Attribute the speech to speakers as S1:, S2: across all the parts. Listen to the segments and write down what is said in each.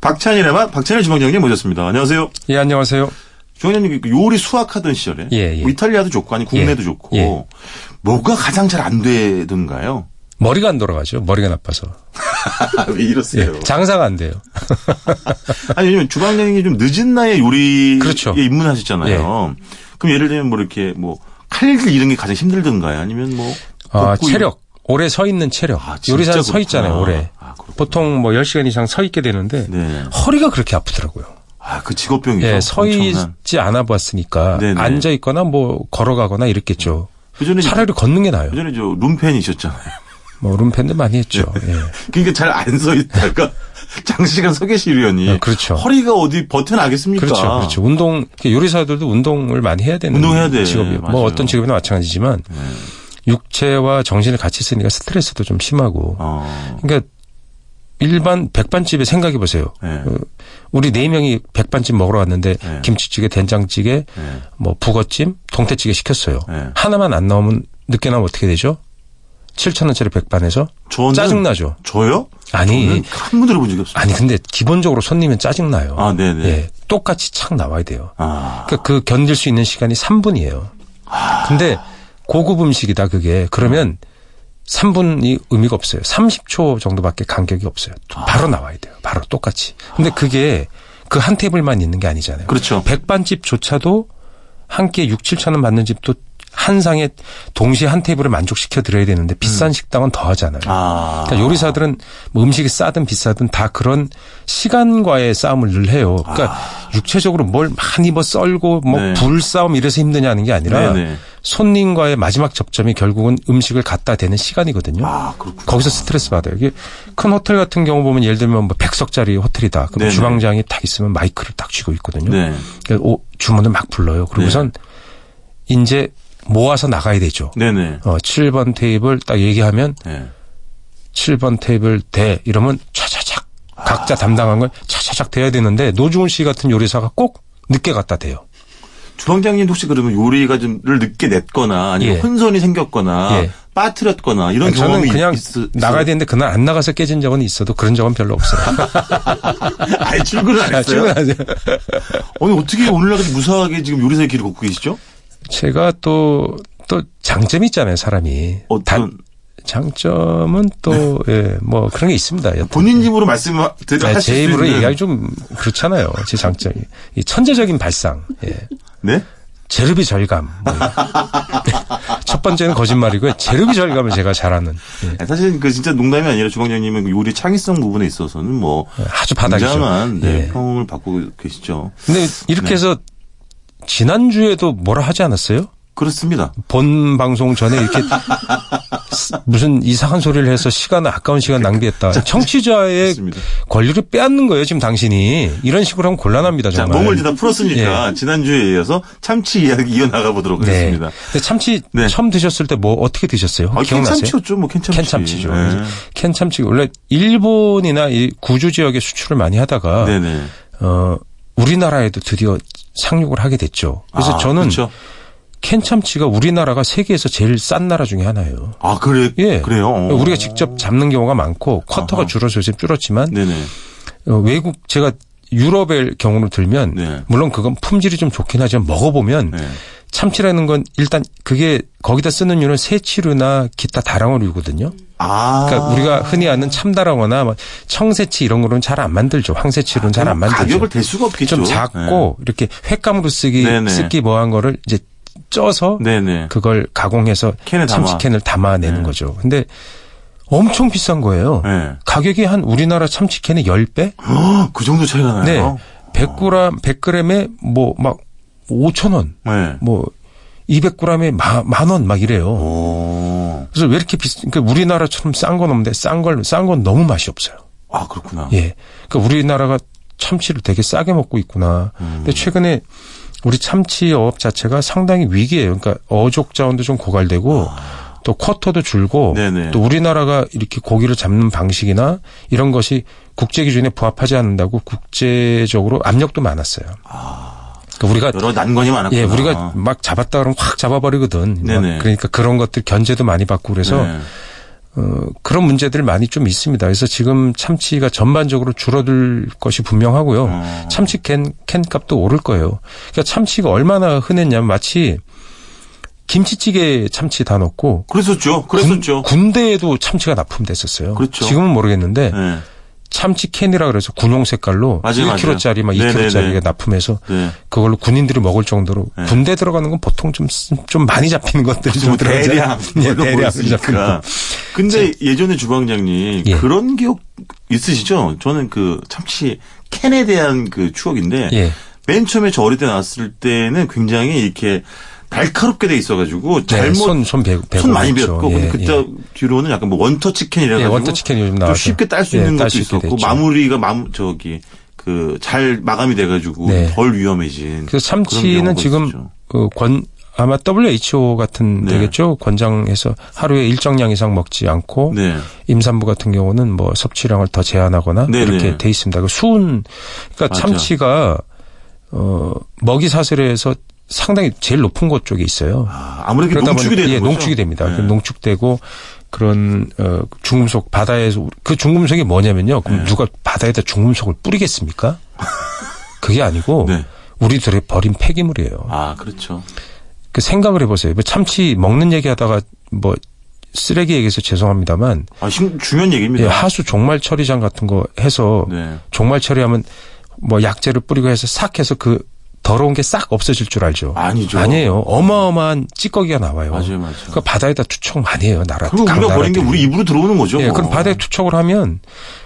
S1: 박찬일의 맛, 박찬일 주방장님 모셨습니다. 안녕하세요.
S2: 예, 안녕하세요.
S1: 주방장님 그 요리 수학하던 시절에
S2: 예, 예.
S1: 뭐 이탈리아도 좋고 아니 국내도
S2: 예,
S1: 좋고
S2: 예.
S1: 뭐가 가장 잘 안 되던가요?
S2: 머리가 안 돌아가죠. 머리가 나빠서.
S1: 왜
S2: 예,
S1: 이러세요?
S2: 장사가 안 돼요.
S1: 아니 왜냐면 주방장님이 좀 늦은 나이에 요리에
S2: 그렇죠.
S1: 입문하셨잖아요. 그럼 예를 들면 뭐 이렇게 뭐 칼질 이런 게 가장 힘들던가요? 아니면 뭐
S2: 아,
S1: 볶고
S2: 체력. 오래 서 있는 체력.
S1: 아, 진짜
S2: 요리사는 서
S1: 그렇구나.
S2: 있잖아요, 오래.
S1: 아, 그렇구나.
S2: 보통 뭐 10시간 이상 서 있게 되는데
S1: 이런- 네.
S2: 허리가 그렇게 아프더라고요.
S1: 아 그 직업병이죠.
S2: 예, 서
S1: 엄청난.
S2: 있지 않아 봤으니까
S1: 네네. 네.
S2: 앉아 있거나 뭐 걸어가거나 이랬겠죠.
S1: 그전에
S2: 차라리 걷는 게 나아요.
S1: 그전에 저 룸펜이셨잖아요.
S2: 뭐 룸펜도 많이 했죠. 예.
S1: 그러니까 잘 안 서 있다가 그러니까 장시간 서 계시려니
S2: 아, 그렇죠.
S1: 허리가 어디 버텨나겠습니까?
S2: 그렇죠. 그렇죠. 운동 이렇게 요리사들도 운동을 많이 해야 되는
S1: 그러니까. 운동해야 돼.
S2: 직업이에요.
S1: 맞아요. 네.
S2: 뭐 어떤 직업이나 마찬가지지만 육체와 정신을 같이 쓰니까 스트레스도 좀 심하고
S1: 어,
S2: 그러니까 일반 백반집에 생각해 보세요.
S1: 예.
S2: 어, 우리 네 명이 백반집 먹으러 왔는데
S1: 네.
S2: 김치찌개, 된장찌개,
S1: 네.
S2: 뭐 북어찜, 동태찌개 시켰어요.
S1: 네.
S2: 하나만 안 나오면 늦게 나오면 어떻게 되죠? 7천 원짜리 백반에서
S1: 저는
S2: 짜증 나죠.
S1: 저요?
S2: 아니.
S1: 저는 한 번도 들어본 적이 없어요.
S2: 아니 근데 기본적으로 손님은 짜증 나요.
S1: 아, 네네.
S2: 예, 똑같이 착 나와야 돼요.
S1: 아,
S2: 그러니까 그 견딜 수 있는 시간이 3분이에요. 근데 고급 음식이다 그게 그러면 3분이 의미가 없어요. 30초 정도밖에 간격이 없어요. 바로 나와야 돼요. 바로 똑같이. 근데 그게 그 한 테이블만 있는 게 아니잖아요.
S1: 그렇죠.
S2: 백반집조차도 한 끼에 6, 7천 원 받는 집도 한 상에 동시에 한 테이블을 만족시켜 드려야 되는데 비싼 식당은 더 하잖아요.
S1: 아,
S2: 그러니까 요리사들은 뭐 음식이 싸든 비싸든 다 그런 시간과의 싸움을 늘 해요. 그러니까 육체적으로 뭘 많이 뭐 썰고 뭐
S1: 아. 네.
S2: 불싸움 이래서 힘드냐는 게 아니라
S1: 네네.
S2: 손님과의 마지막 접점이 결국은 음식을 갖다 대는 시간이거든요.
S1: 아, 그렇군요.
S2: 거기서 스트레스 받아요. 이게 큰 호텔 같은 경우 보면 예를 들면 뭐 100석짜리 호텔이다. 그럼
S1: 네네.
S2: 주방장이 딱 있으면 마이크를 딱 쥐고 있거든요.
S1: 네.
S2: 그러니까 오- 주문을 막 불러요. 그러고선
S1: 네.
S2: 이제 모아서 나가야 되죠.
S1: 네네.
S2: 어, 7번 테이블 딱 얘기하면
S1: 네.
S2: 7번 테이블 대 이러면 차차착 각자 담당한 걸 차차착 대야 되는데 노중훈 씨 같은 요리사가 꼭 늦게 갖다 대요.
S1: 주방장님 혹시 그러면 요리가 좀를 늦게 냈거나 아니면
S2: 예.
S1: 혼선이 생겼거나
S2: 예.
S1: 빠뜨렸거나 이런
S2: 저는
S1: 경험이
S2: 그냥
S1: 있, 있,
S2: 나가야 되는데 그날 안 나가서 깨진 적은 있어도 그런 적은 별로 없어요.
S1: 아, 아예 출근을 안 했어요.
S2: 출근하세요.
S1: 오늘 어떻게 오늘날까지 무사하게 지금 요리사의 길을 걷고 계시죠?
S2: 제가 또, 또 장점이 있잖아요, 사람이. 단-
S1: 어떤 네.
S2: 장점은 또, 예, 뭐 그런 게 있습니다. 여튼.
S1: 아, 본인 입으로 말씀하실
S2: 네,
S1: 수
S2: 제 입으로
S1: 있는
S2: 얘기하기 좀 그렇잖아요. 제 장점이. 이 천재적인 발상. 예.
S1: 네?
S2: 제르비 절감. 뭐 이런. 첫 번째는 거짓말이고요. 제르비 절감을 제가 잘하는. 예.
S1: 아니, 사실 그 진짜 농담이 아니라 주방장님은 그 요리 창의성 부분에 있어서는 뭐
S2: 아주 바닥이죠.
S1: 굉장한 네,
S2: 예.
S1: 평을 받고 계시죠.
S2: 근데 이렇게 해서 지난주에도 뭐라 하지 않았어요?
S1: 그렇습니다.
S2: 본 방송 전에 이렇게 스- 무슨 이상한 소리를 해서 시간 아까운 시간 낭비했다. 청취자의
S1: 좋습니다.
S2: 권리를 빼앗는 거예요, 지금 당신이. 이런 식으로 하면 곤란합니다,
S1: 자,
S2: 정말. 예.
S1: 몸을 지다 풀었으니까 지난주에 이어서 참치 이야기 이어나가 보도록
S2: 네.
S1: 하겠습니다.
S2: 근데 참치
S1: 네.
S2: 처음 드셨을 때 뭐 어떻게 드셨어요?
S1: 아,
S2: 기억나세요?
S1: 캔참치였죠, 뭐 캔참치.
S2: 캔참치죠.
S1: 네.
S2: 캔참치 원래 일본이나 이 구주 지역에 수출을 많이 하다가
S1: 네네.
S2: 어 우리나라에도 드디어 상륙을 하게 됐죠. 그래서
S1: 아,
S2: 저는
S1: 그렇죠.
S2: 캔참치가 우리나라가 세계에서 제일 싼 나라 중에 하나예요.
S1: 아 그래
S2: 예.
S1: 그래요. 어.
S2: 우리가 직접 잡는 경우가 많고 쿼터가
S1: 아하.
S2: 줄어서 요즘 줄었지만
S1: 네네.
S2: 어, 외국 제가 유럽의 경우를 들면
S1: 네.
S2: 물론 그건 품질이 좀 좋긴 하지만 먹어보면
S1: 네.
S2: 참치라는 건 일단 그게 거기다 쓰는 유는 새치류나 기타 다랑어류거든요.
S1: 아
S2: 그러니까 우리가 흔히 아는 참다랑어나 뭐 청새치 이런 거는 잘 안 만들죠. 황새치로는 잘 안 만들죠.
S1: 아, 가격을 댈 수가 없겠죠. 네.
S2: 좀 작고 이렇게 횟감으로 쓰기
S1: 네네.
S2: 쓰기 뭐한 거를 이제 쪄서
S1: 네. 네네.
S2: 그걸 가공해서
S1: 캔에 담아.
S2: 참치캔을 담아내는
S1: 네.
S2: 거죠. 근데 엄청 비싼 거예요.
S1: 네.
S2: 가격이 한 우리나라 참치캔의 10배?
S1: 헉, 그 정도 차이가
S2: 네.
S1: 나요.
S2: 100g 100g에 뭐 막 5,000원,
S1: 네.
S2: 뭐 200g에 만 원 막 이래요.
S1: 오.
S2: 그래서 왜 이렇게 비싼 그러니까 우리나라처럼 싼 건 없는데 싼 걸 싼 건 너무 맛이 없어요.
S1: 아 그렇구나.
S2: 예. 그러니까 우리나라가 참치를 되게 싸게 먹고 있구나. 근데
S1: 음.
S2: 최근에 우리 참치 어업 자체가 상당히 위기예요. 그러니까 어족 자원도 좀 고갈되고 또 쿼터도 줄고
S1: 아. 네네.
S2: 또 우리나라가 이렇게 고기를 잡는 방식이나 이런 것이 국제 기준에 부합하지 않는다고 국제적으로 압력도 많았어요.
S1: 아.
S2: 그러니까 우리가
S1: 여러 난관이 많았구나. 네.
S2: 예, 우리가 막 잡았다 그러면 확 잡아버리거든. 막
S1: 네네.
S2: 그러니까 그런 것들 견제도 많이 받고 그래서
S1: 네.
S2: 어, 어, 그런 문제들이 많이 좀 있습니다. 그래서 지금 참치가 전반적으로 줄어들 것이 분명하고요.
S1: 어.
S2: 참치 캔, 캔 값도 오를 거예요. 그러니까 참치가 얼마나 흔했냐면 마치 김치찌개에 참치 다 넣고
S1: 그랬었죠. 그랬었죠.
S2: 군, 대에도 참치가 납품됐었어요.
S1: 그렇죠.
S2: 지금은 모르겠는데
S1: 네.
S2: 참치 캔이라 그래서 군용 색깔로
S1: 맞아요,
S2: 1kg짜리 막
S1: 맞아요.
S2: 2kg짜리가
S1: 네네네.
S2: 납품해서
S1: 네.
S2: 그걸로 군인들이 먹을 정도로
S1: 네.
S2: 군대 들어가는 건 보통 좀 좀 많이 잡히는 것들이
S1: 뭐
S2: 좀 들어가잖아요.
S1: 대량
S2: 예, 대량
S1: 그러니까. 근데 예전에 주방장님
S2: 예.
S1: 그런 기억 있으시죠? 저는 그 참치 캔에 대한 그 추억인데
S2: 예.
S1: 맨 처음에 저 어릴 때 나왔을 때는 굉장히 이렇게 날카롭게 돼 있어가지고
S2: 네,
S1: 잘못
S2: 손, 손 배, 배고
S1: 손 많이
S2: 그랬죠.
S1: 베었고 근데
S2: 예,
S1: 그때
S2: 예.
S1: 뒤로는 약간 뭐 원터치 캔이라
S2: 예,
S1: 가지고
S2: 원터 치킨이 요즘
S1: 좀
S2: 나와서
S1: 쉽게 딸 수 있는
S2: 예, 딸
S1: 것도
S2: 수 있게
S1: 있었고
S2: 됐죠.
S1: 마무리가 마무 저기 그 잘 마감이 돼가지고
S2: 네.
S1: 덜 위험해진
S2: 그래서
S1: 그런
S2: 참치는
S1: 경우가
S2: 지금
S1: 있었죠.
S2: 어, 권 아마 WHO 같은
S1: 네.
S2: 데겠죠 권장해서 하루에 일정량 이상 먹지 않고
S1: 네
S2: 임산부 같은 경우는 뭐 섭취량을 더 제한하거나
S1: 네네.
S2: 이렇게 돼 있습니다. 그 수은 그러니까
S1: 맞아.
S2: 참치가 어 먹이 사슬에서 상당히 제일 높은 곳 쪽에 있어요.
S1: 아, 아무래도 농축이 되는
S2: 예,
S1: 거죠.
S2: 농축이 됩니다.
S1: 네.
S2: 그 농축되고 그런 어 중금속 바다에서 그 중금속이 뭐냐면요. 그럼
S1: 네.
S2: 누가 바다에다 중금속을 뿌리겠습니까? 그게 아니고
S1: 네.
S2: 우리들의 버린 폐기물이에요.
S1: 아 그렇죠.
S2: 그 생각을 해보세요. 뭐 참치 먹는 얘기하다가 뭐 쓰레기 얘기해서 죄송합니다만
S1: 아 심- 중요한
S2: 예,
S1: 얘기입니다.
S2: 하수 종말 처리장 같은 거 해서
S1: 네.
S2: 종말 처리하면 뭐 약재를 뿌리고 해서 싹 해서 그 더러운 게 싹 없어질 줄 알죠.
S1: 아니죠. 그렇죠.
S2: 에요 어마어마한 찌꺼기가 나와요.
S1: 맞아요, 맞아요.
S2: 그러니까 바다에다 투척 많이 해요. 나라.
S1: 그리고
S2: 각
S1: 우리가 버린 게
S2: 나라들이.
S1: 우리 입으로 들어오는 거죠.
S2: 예,
S1: 뭐.
S2: 그럼 바다에 투척을 하면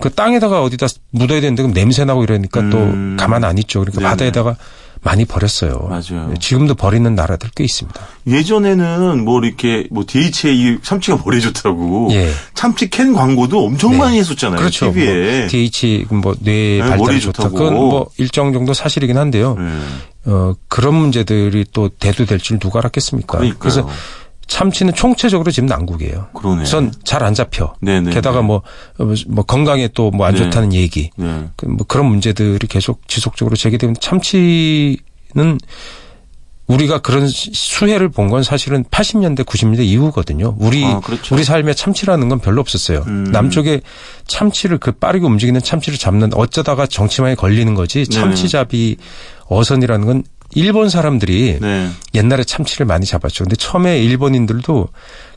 S2: 그 땅에다가 어디다 묻어야 되는데 그럼 냄새 나고 이러니까
S1: 음.
S2: 또 가만 안 있죠. 그러니까
S1: 네네.
S2: 바다에다가 많이 버렸어요.
S1: 맞아요.
S2: 예, 지금도 버리는 나라들 꽤 있습니다.
S1: 예전에는 뭐 이렇게 뭐 DHA 이 참치가 버려졌다고
S2: 예.
S1: 참치 캔 광고도 엄청
S2: 네.
S1: 많이 했었잖아요.
S2: 그렇죠.
S1: TV에.
S2: 뭐 DH 뭐뇌
S1: 네,
S2: 발달이
S1: 머리에
S2: 좋다.
S1: 좋다고. 네.
S2: 그건 뭐 일정 정도 사실이긴 한데요. 어, 그런 문제들이 또 대두될 줄 누가 알았겠습니까?
S1: 그러니까요.
S2: 래서 참치는 총체적으로 지금 난국이에요.
S1: 그러네.
S2: 우선 잘 안 잡혀.
S1: 네네.
S2: 게다가 뭐, 어, 뭐 건강에 또 뭐 안
S1: 네.
S2: 좋다는 얘기.
S1: 네.
S2: 그, 뭐 그런 문제들이 계속 지속적으로 제기되면 참치는 우리가 그런 시- 수혜를 본 건 사실은 80년대, 90년대 이후거든요. 우리
S1: 아, 그렇죠.
S2: 우리 삶에 참치라는 건 별로 없었어요.
S1: 음.
S2: 남쪽에 참치를 그 빠르게 움직이는 참치를 잡는 어쩌다가 정치망에 걸리는
S1: 네.
S2: 거지 참치잡이 어선이라는 건 일본 사람들이
S1: 네.
S2: 옛날에 참치를 많이 잡았죠. 근데 처음에 일본인들도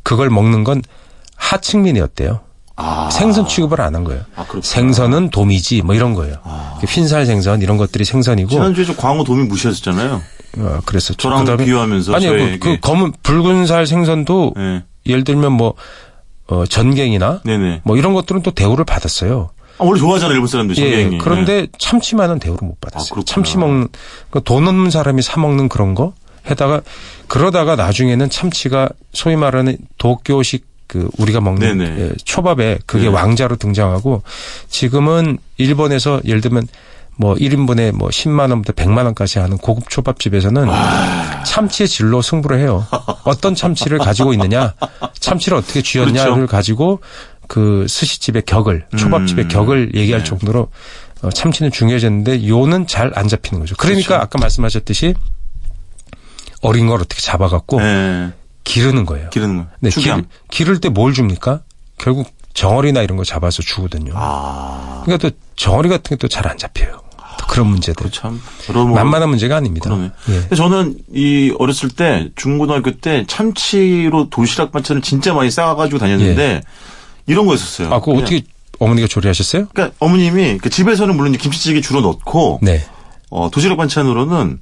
S2: 그걸 먹는 건 하층민이었대요.
S1: 아.
S2: 생선 취급을 안 한 거예요.
S1: 아, 그렇구나.
S2: 생선은 도미지 뭐 이런 거예요.
S1: 아.
S2: 흰살 생선 이런 것들이 생선이고
S1: 지난주에 저 광어 도미 무시하셨잖아요.
S2: 어, 그랬었죠.
S1: 저랑
S2: 그다음에-
S1: 비교하면서
S2: 아니요 그,
S1: 저에게.
S2: 그 검은 붉은 살 생선도
S1: 네.
S2: 예를 들면 뭐 어, 전갱이나
S1: 네네.
S2: 뭐 이런 것들은 또 대우를 받았어요.
S1: 아, 원래 좋아하잖아요, 일본 사람들.
S2: 예.
S1: 전갱이. 네.
S2: 그런데 참치만은 대우를 못
S1: 아,
S2: 받았어요.
S1: 그렇구나.
S2: 참치 먹는 그돈 없는 사람이 사 먹는 그런 거 해다가 그러다가 나중에는 참치가 소위 말하는 도쿄식 그 우리가 먹는
S1: 네네.
S2: 예, 초밥에 그게
S1: 네.
S2: 왕자로 등장하고 지금은 일본에서 예를 들면 뭐 1인분에 뭐 10만 원부터 100만 원까지 하는 고급 초밥집에서는 참치의 질로 승부를 해요. 어떤 참치를 가지고 있느냐, 참치를 어떻게 쥐었냐를
S1: 그렇죠.
S2: 가지고 그 스시집의 격을, 초밥집의
S1: 음.
S2: 격을 얘기할
S1: 네.
S2: 정도로 어, 참치는 중요해졌는데 요는 잘 안 잡히는 거죠. 그러니까
S1: 그렇죠.
S2: 아까 말씀하셨듯이 어린 걸 어떻게 잡아갖고
S1: 네.
S2: 기르는 거예요.
S1: 기르는 거.
S2: 뭐. 네,
S1: 추경.
S2: 기를, 기를 때 뭘 줍니까? 결국 정어리나 이런 거 잡아서 주거든요.
S1: 아.
S2: 그러니까 또 정어리 같은 게 또 잘 안 잡혀요. 또 그런 문제들.
S1: 참. 여러모로.
S2: 만만한 문제가 아닙니다.
S1: 뭐 그러네.
S2: 예.
S1: 근데 저는 이 어렸을 때 중고등학교 때 참치로 도시락 반찬을 진짜 많이 싸가지고 다녔는데 이런 거였었어요.
S2: 예. 아, 그거
S1: 그냥-
S2: 어떻게 어머니가 조리하셨어요?
S1: 그러니까 어머님이 그 집에서는 물론 이제 김치찌개 주로 넣고
S2: 네.
S1: 어, 도시락 반찬으로는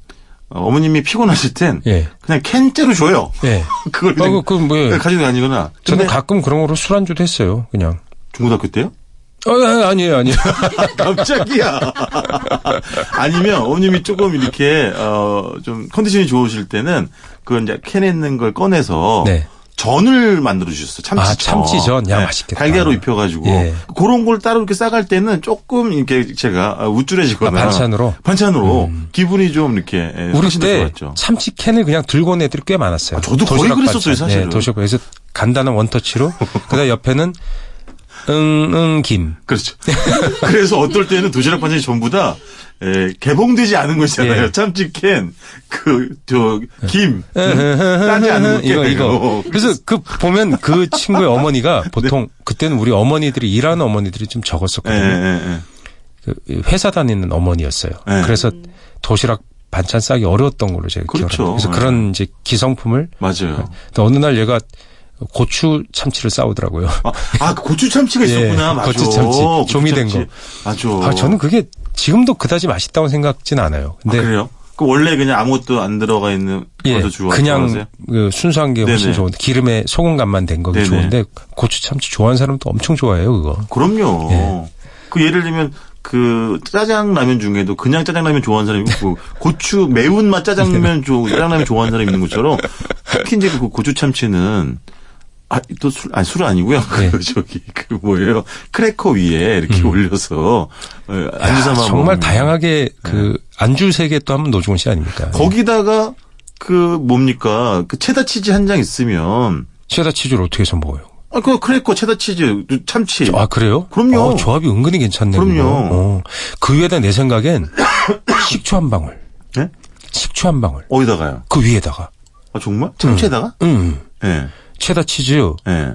S1: 어, 머님이 피곤하실 땐
S2: 예.
S1: 그냥 캔째로 줘요.
S2: 예.
S1: 그걸
S2: 아, 그,
S1: 그냥
S2: 그, 뭐, 예.
S1: 가지고 다니거나. 근데
S2: 저는 가끔 그런 거로 술안주도 했어요, 그냥.
S1: 중고등학교 때요?
S2: 어, 아, 아니에요, 아니에요.
S1: 깜짝이야. 아니면 어머님이 조금 이렇게 어좀 컨디션이 좋으실 때는 그 이제 캔에 있는 걸 꺼내서
S2: 네.
S1: 전을 만들어 주셨어. 참치전. 네.
S2: 아, 참치전. 야, 맛있겠다.
S1: 달걀로 입혀 가지고
S2: 예.
S1: 그런 걸 따로 이렇게 싸갈 때는 조금 이렇게 제가 아, 우쭐해지거나
S2: 아, 반찬으로? 음.
S1: 반찬으로 기분이 좀 이렇게 예,
S2: 우리
S1: 훨씬 더
S2: 때
S1: 좋았죠.
S2: 그
S1: 아,
S2: 참치 캔을 그냥 들고 온 애들이 꽤 많았어요.
S1: 저도 거의
S2: 도시락
S1: 그랬었어요,
S2: 반찬.
S1: 사실은.
S2: 네, 도시락 그래서 간단한 원터치로 그다음 옆에는 응응 김.
S1: 그렇죠. 그래서 어떨 때는 도시락 반찬이 전부 다 에, 개봉되지 않은 것이잖아요.
S2: 예.
S1: 참치캔, 그, 저, 김. 따지 않은 것
S2: 이거 이거.
S1: 깨네요.
S2: 그래서 그 보면 그 친구의
S1: 네.
S2: 어머니가 보통 그때는 우리 어머니들이 일하는 어머니들이 좀
S1: 예, 예,
S2: 적었었거든요.
S1: 예.
S2: 그 회사 다니는 어머니였어요.
S1: 네.
S2: 그래서 도시락 반찬 싸기 어려웠던 걸로 제가
S1: 그렇죠.
S2: 기억합니다. 그래서
S1: 네.
S2: 그런 이제 기성품을
S1: 맞아요.
S2: 근데 어느 날 얘가 고추 참치를 싸우더라고요.
S1: 아, 아, 고추 참치가
S2: 예,
S1: 있었구나. 맞아.
S2: 고추 참치. 조미된
S1: 참치. 맞아.
S2: 아, 저는 그게 지금도 그다지 맛있다고 생각진 않아요.
S1: 어. 아,
S2: 근데
S1: 그래요? 그 원래 그냥 아무것도 안 들어가 있는
S2: 예,
S1: 거죠 좋아- 좋아하세요?
S2: 그냥 그 순수한 게 훨씬
S1: 네네.
S2: 좋은데 기름에 소금 간만 된 거기
S1: 네네.
S2: 좋은데 고추 참치 좋아하는 사람도 엄청 좋아해요 그거.
S1: 그럼요.
S2: 예.
S1: 그 예를 들면 그 짜장라면 중에도 그냥 짜장라면 좋아하는 사람이 있고 고추 매운맛 짜장면 좋아 짜장라면 좋아하는 사람이 있는 것처럼 특히 이제 그 고추 참치는 아또술 아니 술 아니고요.
S2: 네.
S1: 그 저기 그 뭐예요? 크래커 위에 이렇게 올려서 어, 안주
S2: 음. 야,
S1: 삼아
S2: 정말
S1: 먹으면. 네.
S2: 다양하게 그 안주 세계 또 하면 노중훈 씨 아닙니까?
S1: 거기다가 그 뭡니까 그 체다 치즈 한 장 있으면
S2: 체다 치즈를 어떻게 해서 먹어요?
S1: 아그 크래커 체다 치즈 그 참치
S2: 아 그래요?
S1: 그럼요.
S2: 어, 조합이 은근히 괜찮네요.
S1: 그럼요.
S2: 이거. 어. 그 위에다 내 생각엔 식초 한 방울,
S1: 예?
S2: 식초 한 방울
S1: 어디다가요?
S2: 그 위에다가
S1: 아 정말 참치에다가
S2: 음
S1: 예
S2: 체다 치즈,
S1: 예,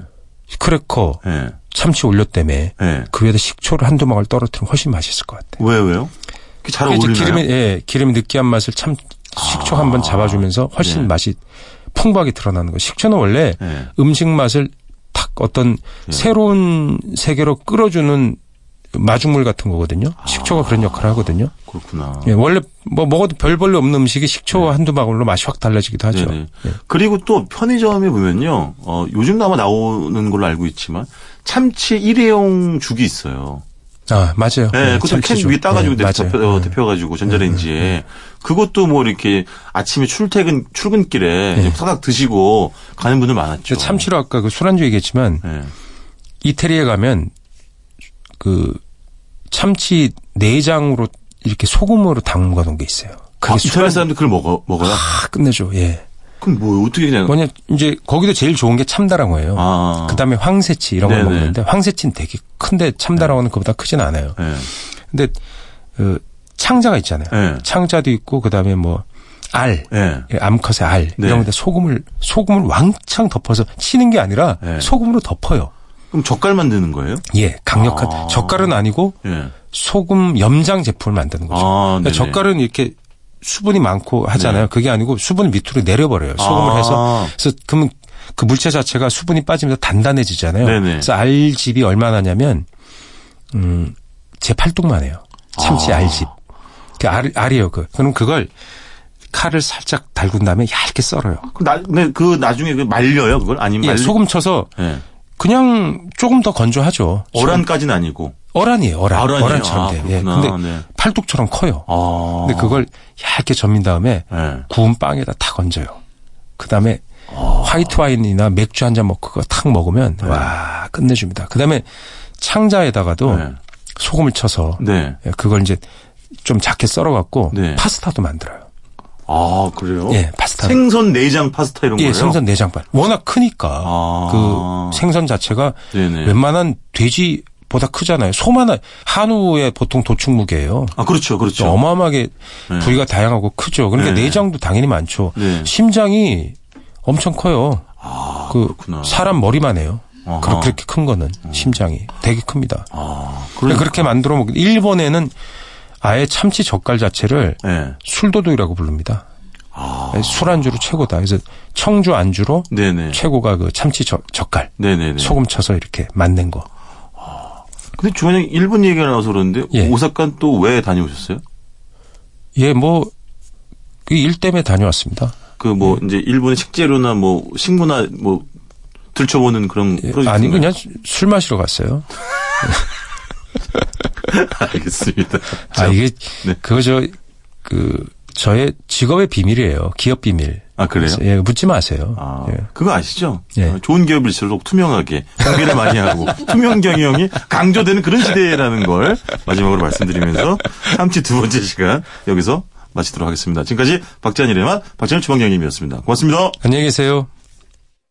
S2: 크래커,
S1: 예,
S2: 참치 올렸다며
S1: 예.
S2: 그 위에다 식초를 한두 방울 떨어뜨리면 훨씬 맛있을 것 같아.
S1: 왜 왜요? 그게 잘
S2: 이제
S1: 어울리나요?
S2: 기름의 예, 기름의 느끼한 맛을 참 식초 한 번 잡아주면서 훨씬
S1: 네.
S2: 맛이 풍부하게 드러나는 거. 식초는 원래
S1: 예.
S2: 음식 맛을 탁 어떤
S1: 네.
S2: 새로운 세계로 끌어주는 마중물 같은 거거든요.
S1: 아.
S2: 식초가 그런 역할을 하거든요.
S1: 그렇구나.
S2: 예, 원래 뭐 먹어도 별 볼일 없는 음식이 식초 한두 방울로 맛이 확 달라지기도 하죠.
S1: 네.
S2: 예.
S1: 네네. 그리고 또 편의점에 보면요, 어, 요즘 아마 나오는 걸로 알고 있지만 참치 일회용 죽이 있어요.
S2: 아 맞아요.
S1: 예,
S2: 예,
S1: 그것도 캔
S2: 참치죽.
S1: 위에 따가지고
S2: 예,
S1: 데펴,
S2: 맞아요. 네,
S1: 어, 데펴가지고 전자레인지에 그것도 뭐 이렇게 아침에 출퇴근 출근길에 이제 사닥 드시고 가는 분들 많았죠.
S2: 근데 네. 참치로 아까 그 술안주 얘기했지만
S1: 예.
S2: 이태리에 가면 그 참치 내장으로 이렇게 소금으로 담가 놓은 게 있어요. 그게
S1: 아, 이탈리아
S2: 술안주-
S1: 사람들 그걸 먹어 먹어요?
S2: 아, 끝내줘. 예.
S1: 그럼 뭐 어떻게 그냥
S2: 뭐냐 이제 거기도 제일 좋은 게 참다랑어예요.
S1: 아
S2: 그다음에 황새치 이런 걸
S1: 네네.
S2: 먹는데 황새치는 되게 큰데 참다랑어는 그보다 크진 않아요.
S1: 예.
S2: 근데 어, 창자가 있잖아요.
S1: 네.
S2: 창자도 있고 그다음에 뭐 알,
S1: 예.
S2: 예, 암컷의 알
S1: 네.
S2: 이런 데데 소금을 소금을 왕창 덮어서 치는 게 아니라
S1: 네.
S2: 소금으로 덮어요.
S1: 그럼 젓갈 만드는 거예요?
S2: 예, 강력한
S1: 아.
S2: 젓갈은 아니고
S1: 예.
S2: 소금 염장 제품을 만드는 거죠.
S1: 아,
S2: 그러니까
S1: 네네. 네.
S2: 젓갈은 이렇게 수분이 많고 하잖아요. 그게 아니고 수분을 밑으로 내려버려요. 소금을
S1: 아.
S2: 해서 그래서 그러면 그 물체 자체가 수분이 빠지면서 단단해지잖아요.
S1: 네네.
S2: 그래서 알집이 얼마나냐면 음제 팔뚝만 해요. 참치
S1: 아.
S2: 알집. 그 알, 알이에요. 그 그럼 그걸 칼을 살짝 달군 다음에 얇게 썰어요.
S1: 그 나, 근데 그 나중에 그 말려요 그걸 아니면
S2: 예,
S1: 말리-
S2: 소금 쳐서
S1: 예.
S2: 그냥 조금 더 건조하죠.
S1: 어란까지는 아니고
S2: 어란이에요. 어란.
S1: 어란이에요.
S2: 어란처럼
S1: 아,
S2: 돼요. 예,
S1: 그렇구나.
S2: 근데
S1: 네.
S2: 팔뚝처럼 커요.
S1: 아
S2: 근데 그- 그걸 얇게 점민 다음에
S1: 예.
S2: 구운 빵에다 탁 얹어요. 그 다음에
S1: 어.
S2: 화이트 와인이나 맥주 한 잔 먹고 그거 탁 먹으면
S1: 네.
S2: 와 끝내줍니다. 그 다음에 창자에다가도
S1: 네.
S2: 소금을 쳐서
S1: 네.
S2: 예, 그걸 이제 좀 작게 썰어갖고
S1: 네.
S2: 파스타도 만들어요.
S1: 아 그래요?
S2: 예, 파스타.
S1: 생선 내장 파스타 이런
S2: 예,
S1: 거예요?
S2: 생선 내장발. 워낙 크니까
S1: 아.
S2: 그 생선 자체가
S1: 네네.
S2: 웬만한 돼지보다 크잖아요. 소만 한- 한우의 보통 도축 무게예요.
S1: 아 그렇죠, 그렇죠.
S2: 어마어마하게
S1: 네.
S2: 부위가 다양하고 크죠. 그러니까
S1: 네.
S2: 내장도 당연히 많죠.
S1: 네.
S2: 심장이 엄청 커요.
S1: 아,
S2: 그
S1: 그렇구나.
S2: 사람 머리만 해요.
S1: 아하. 어.
S2: 그렇- 그렇게 큰 거는 심장이 되게 큽니다.
S1: 아,
S2: 그러
S1: 그래.
S2: 니게 만들어 먹. 일본에는 아예 참치 젓갈 자체를
S1: 예.
S2: 술도둑이라고 부릅니다.
S1: 아,
S2: 술안주로 최고다. 그래서 청주 안주로
S1: 네네.
S2: 최고가 그 참치 젓, 갈
S1: 네네네.
S2: 소금 쳐서 이렇게 만든 거.
S1: 근데 주원님 일본 얘기가 나와서 그러는데
S2: 예.
S1: 오사카 또 왜 다녀오셨어요?
S2: 예, 뭐 그 일 때문에 다녀왔습니다.
S1: 그
S2: 예.
S1: 뭐 이제 일본의 식재료나 뭐 식문화 뭐 들춰보는 그런
S2: 예,
S1: 프로젝트.
S2: 아니 그냥 수- 술 마시러 갔어요.
S1: 알겠습니다.
S2: 아 이게
S1: 네.
S2: 그거 저그 저의 직업의 비밀이에요. 기업 비밀.
S1: 아 그래요?
S2: 그래서, 예, 묻지 마세요.
S1: 아,
S2: 예.
S1: 그거 아시죠?
S2: 예.
S1: 어, 좋은 기업일수록 투명하게 공개를 많이 하고 투명 경영이 강조되는 그런 시대라는 걸 마지막으로 말씀드리면서 참치 두 번째 시간 여기서 마치도록 하겠습니다. 지금까지 박찬일의 맛 박찬일 주방장님이었습니다. 고맙습니다.
S2: 안녕히 계세요.